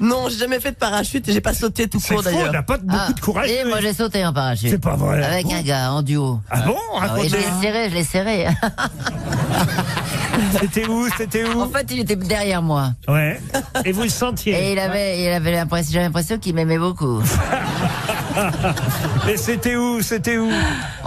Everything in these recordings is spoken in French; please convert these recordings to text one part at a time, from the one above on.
Non, j'ai jamais fait de parachute et j'ai pas sauté tout C'est court faux, on d'ailleurs. n'a pas de- beaucoup Ah, de courage. Et moi, j'ai sauté en parachute. C'est pas vrai. Avec un gars, en duo. Ah bon Ah oui, Racontez. je l'ai serré, je l'ai serré. C'était où C'était en où fait, il était derrière moi. Ouais. Et vous le sentiez Et il avait, il avait l'impression, j'avais l'impression qu'il m'aimait beaucoup. Et c'était où C'était où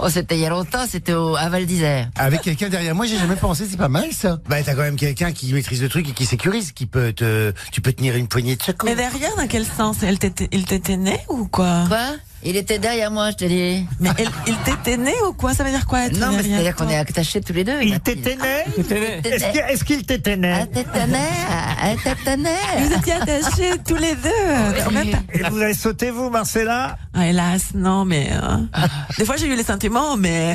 Oh, c'était il y a longtemps, c'était au, à Val d'Isère. Avec quelqu'un derrière moi, j'ai jamais pensé, c'est pas mal ça. Bah t'as quand même quelqu'un qui maîtrise le truc et qui sécurise, qui peut te, tu peux tenir une poignée de secours. Mais derrière, dans quel sens Elle t'était- Il t'était né ou quoi Quoi? Il était derrière moi, je te dis. Mais elle- il t'était né ou quoi Ça veut dire quoi être Non, mais derrière c'est-à-dire qu'on toi est attachés tous les deux. Il t'éteignait Est-ce qu'il- Est-ce qu'il t'éteignait Tétanet, Vous étiez attachés tous les deux. en même temps. Ah. Et vous avez sauté, vous, Marcella Ah, hélas, non, mais. euh, Ah. des fois, j'ai eu les sentiments, mais.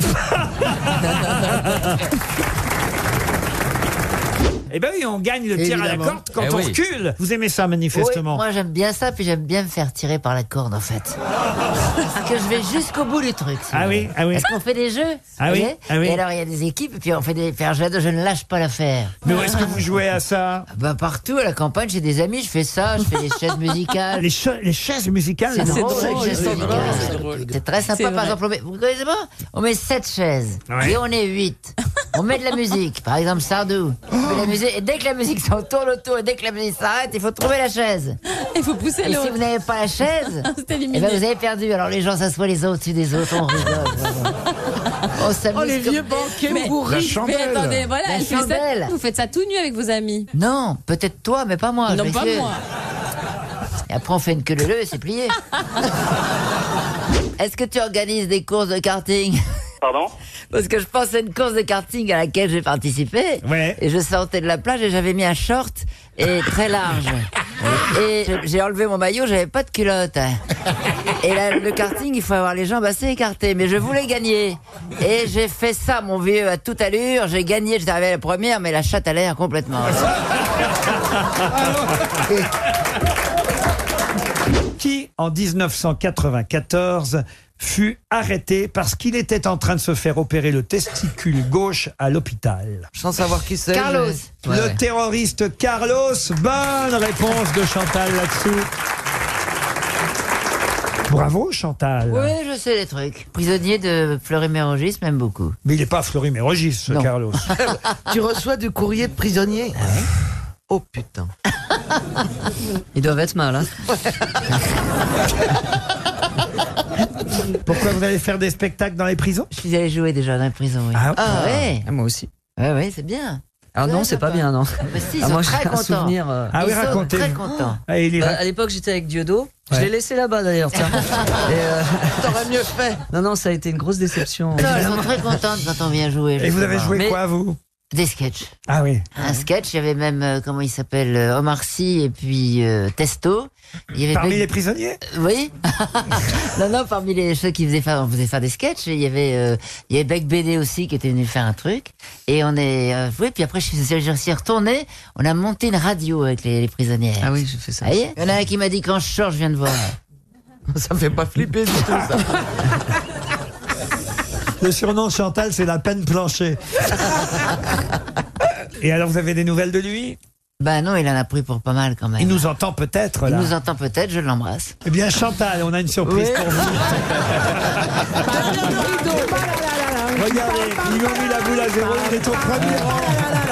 Eh ben oui, on gagne le tir à la Évidemment. corde quand Eh on oui. recule. Vous aimez ça, manifestement. moi j'aime bien ça, puis j'aime bien me faire tirer par la corde en fait. Parce que je vais jusqu'au bout du truc. si Ah vous oui, voulez. ah oui. Parce qu'on fait des jeux. Ah vous oui, voyez ah oui. Et alors il y a des équipes, et puis on fait des faire jeux de je ne lâche pas l'affaire. Mais où est-ce que vous jouez à ça Ah Ben partout à la campagne, j'ai des amis, je fais ça, je fais des chaises musicales. les, cha- les chaises musicales Ah. C'est non drôle, drôle, les chaises c'est drôle, musicales. c'est C'est très C'est sympa, par vrai. exemple, on met, vous connaissez pas On met 7 chaises, Ouais. et on est 8. On met de la musique, par exemple Sardou. On met de la musique, et dès que la musique s'en tourne autour, et dès que la musique s'arrête, il faut trouver la chaise. Il faut pousser Et si vous n'avez pas la chaise, eh ben vous avez perdu. Alors les gens s'assoient les uns au-dessus des autres, on rigole. vraiment. on s'amuse. comme- Oh, banquets La bourriches. Mais chandelle. attendez, voilà, La elle fait ça- chandelle. vous faites ça tout nu avec vos amis. Non, peut-être toi, Ah, mais pas moi. non, je pas m'excuse. moi. Et après, on fait une queue leu et c'est plié. Est-ce que tu organises des courses de karting Pardon Parce que je pensais à une course de karting à laquelle j'ai participé. Ouais. Et je sortais de la plage et j'avais mis un short et très large. Et je- j'ai enlevé mon maillot, j'avais pas de culotte. Et là, le karting, il faut avoir les jambes assez écartées. Mais je voulais gagner. Et j'ai fait ça, mon vieux, à toute allure. J'ai gagné, j'étais arrivé à la première, mais la chatte à l'air complètement. qui, en 1994, fut arrêté parce qu'il était en train de se faire opérer le testicule gauche à l'hôpital. Sans savoir qui c'est. Carlos. je- Ouais, le ouais. terroriste Carlos, bonne réponse de Chantal là-dessous. Bravo Chantal. Oui, je sais les trucs. Prisonnier de Fleury-Mérogis, même beaucoup. Mais il n'est pas fleurimérogis, ce Non. Carlos. Tu reçois du courrier de prisonnier. Oh putain. Ils doivent être mal, hein. Pourquoi vous allez faire des spectacles dans les prisons Je suis allé jouer déjà dans la prison, oui. Ah, Ah ouais Ah, moi aussi. Ouais, ouais, c'est bien. Ah Ouais, non, c'est sympa. pas bien, non. Ah bah si, ils Ah, sont moi, j'ai très un contents. souvenir. euh, Ah oui, Ils sont racontez. très contents. Ah, il est bah, ra- à l'époque, j'étais avec Diodo. Je Ouais. l'ai laissé là-bas d'ailleurs. tiens. Et, euh, T'aurais mieux fait. non, non, ça a été une grosse déception. Non, elles sont très contentes quand on vient jouer. Et vous avez justement. joué Mais- quoi, vous Des sketchs. Ah oui. Un sketch, il y avait même, euh, comment il s'appelle, euh, Omar Sy et puis euh, Testo. Il y avait Parmi deux- les prisonniers Oui Non, non, parmi les, ceux qui faisaient faire, on faisait faire des sketchs, il y avait, euh, il y avait Beck BD aussi qui était venu faire un truc. Et on est. euh, oui, puis après, je suis, je suis retourné, on a monté une radio avec les, les prisonnières. Ah oui, j'ai fait ça. Vous voyez Il y en a un qui m'a dit quand je sors, je viens de voir. Ça me fait pas flipper du tout, ça. Le surnom de Chantal, c'est la peine planchée. Et alors, vous avez des nouvelles de lui Ben non, il en a pris pour pas mal quand même. Il nous entend peut-être, Il là. nous entend peut-être, je l'embrasse. Eh bien, Chantal, on a une surprise pour vous. Regardez, ils lui ont mis la boule à zéro, il est au premier rang.